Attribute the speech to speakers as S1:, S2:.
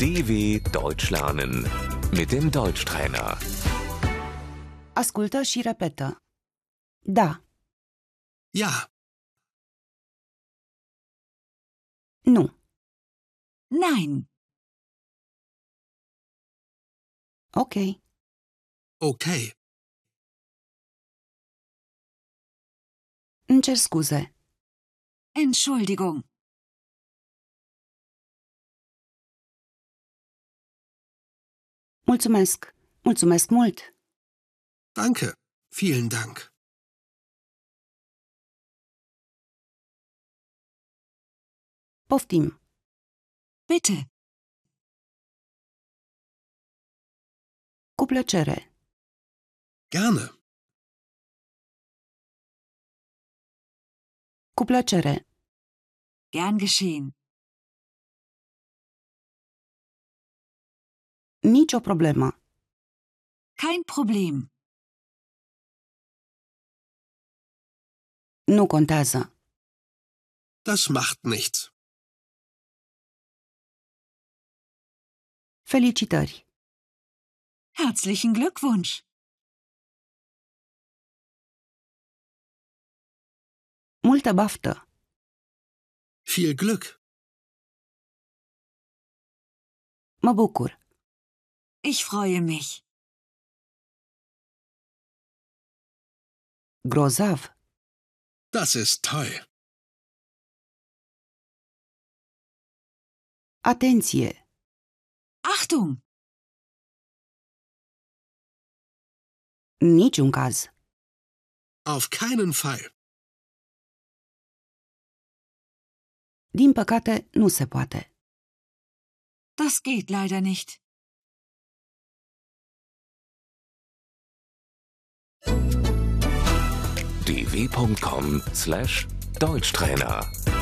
S1: DW Deutsch lernen mit dem Deutschtrainer.
S2: Ascultă și repetă. Da,
S3: Ja,
S2: nu,
S4: Nein,
S2: ok,
S3: okay,
S2: îmi cer scuze,
S4: Entschuldigung,
S2: mulțumesc, mulțumesc mult,
S3: danke, vielen Dank.
S2: poftim,
S4: bitte,
S2: cu plăcere,
S3: Gerne,
S2: cu plăcere,
S4: gern geschehen.
S2: nicio problemă,
S4: Kein Problem,
S2: nu contează,
S3: das macht nichts.
S2: felicitări,
S4: herzlichen Glückwunsch.
S2: multă baftă,
S3: Viel Glück.
S2: mă bucur,
S4: Ich freue mich.
S2: grozav,
S3: Das ist toll.
S2: atenție,
S4: Achtung,
S2: niciun caz,
S3: Auf keinen Fall.
S2: din păcate nu se poate.
S4: das geht leider nicht.
S1: dw.com/deutschtrainer